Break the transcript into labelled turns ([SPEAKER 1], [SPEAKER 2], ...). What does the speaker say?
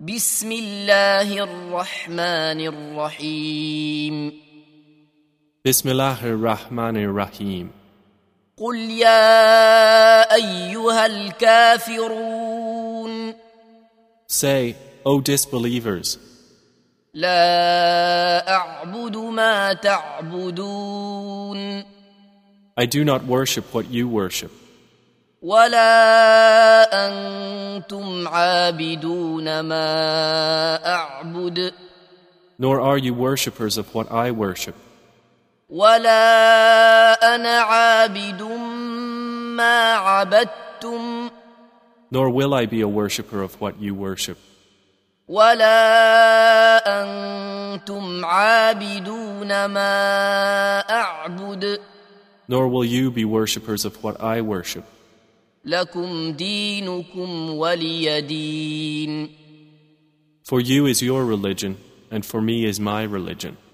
[SPEAKER 1] بسم الله الرحمن الرحيم
[SPEAKER 2] بسم الله الرحمن الرحیم
[SPEAKER 1] قل يا أيها الكافرون
[SPEAKER 2] Say, O disbelievers,
[SPEAKER 1] لا أعبد ما تعبدون
[SPEAKER 2] I do not worship what you worship,
[SPEAKER 1] ولا أنتم عابدون ما أعبد
[SPEAKER 2] nor are you worshippers of what I worship,
[SPEAKER 1] ولا أنا عابد ما عبدتم
[SPEAKER 2] nor will I be a worshipper of what you worship,
[SPEAKER 1] ولا أنتم عابدون ما أعبد
[SPEAKER 2] nor will you be worshippers of what I worship.
[SPEAKER 1] لكم دينكم ولي دين
[SPEAKER 2] For you is your religion, and for me is my religion.